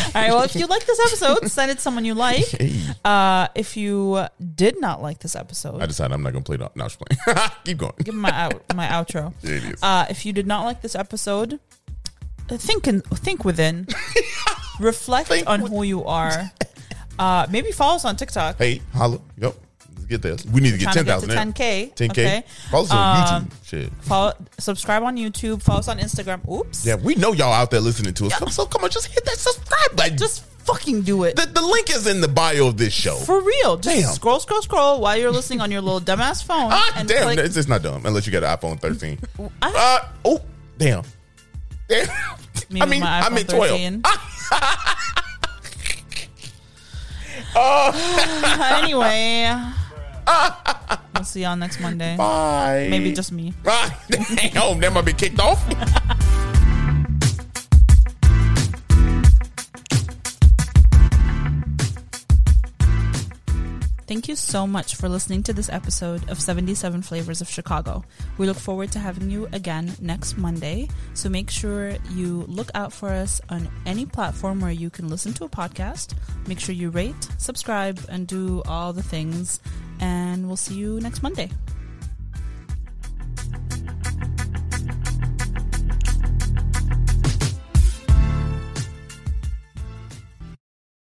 S2: All right. Well, if you like this episode, send it to someone
S1: [LAUGHS]
S2: you like.
S1: Hey.
S2: Uh, if you did not like this episode,
S1: I decided I'm not gonna play it. No, I'm just playing. [LAUGHS] Keep going.
S2: give me my out
S1: [LAUGHS]
S2: my outro.
S1: There it is.
S2: Uh, if you did not like this episode, think in,
S1: [LAUGHS]
S2: think within, reflect
S1: Think
S2: on
S1: with-
S2: who you are. Uh, maybe follow us on TikTok.
S1: Hey, holla. Yep. Let's get this. We need to get
S2: Trying to
S1: ten
S2: get to
S1: thousand.
S2: 10K,
S1: Ten K.
S2: okay.
S1: Follow us on
S2: Um,
S1: YouTube. Shit.
S2: Follow, subscribe on YouTube. Follow us on Instagram. Oops.
S1: Yeah, we know y'all out there listening to us. Come, so come on, just hit that subscribe button.
S2: Just fucking do it.
S1: the, the link is in the bio of this show.
S2: For real. Just
S1: Damn.
S2: scroll, scroll, scroll while you're listening on your little dumbass phone.
S1: ah,
S2: and
S1: damn,
S2: click-
S1: it's just not dumb unless you got an iPhone thirteen.
S2: I-
S1: uh, oh, damn. Damn.
S2: Me
S1: I
S2: with
S1: mean,
S2: my
S1: I
S2: iPhone
S1: mean twelve.
S2: 13.
S1: Ah,
S2: [LAUGHS]
S1: Oh. [LAUGHS]
S2: [SIGHS] anyway. we'll see y'all next Monday.
S1: bye.
S2: Maybe just me.
S1: Ah, [LAUGHS] damn, that might be kicked off.
S2: Thank you so much for listening to this episode of 77 Flavors of Chicago. We look forward to having you again next Monday. So make sure you look out for us on any platform where you can listen to a podcast. Make sure you rate, subscribe, and do all the things. And we'll see you next Monday.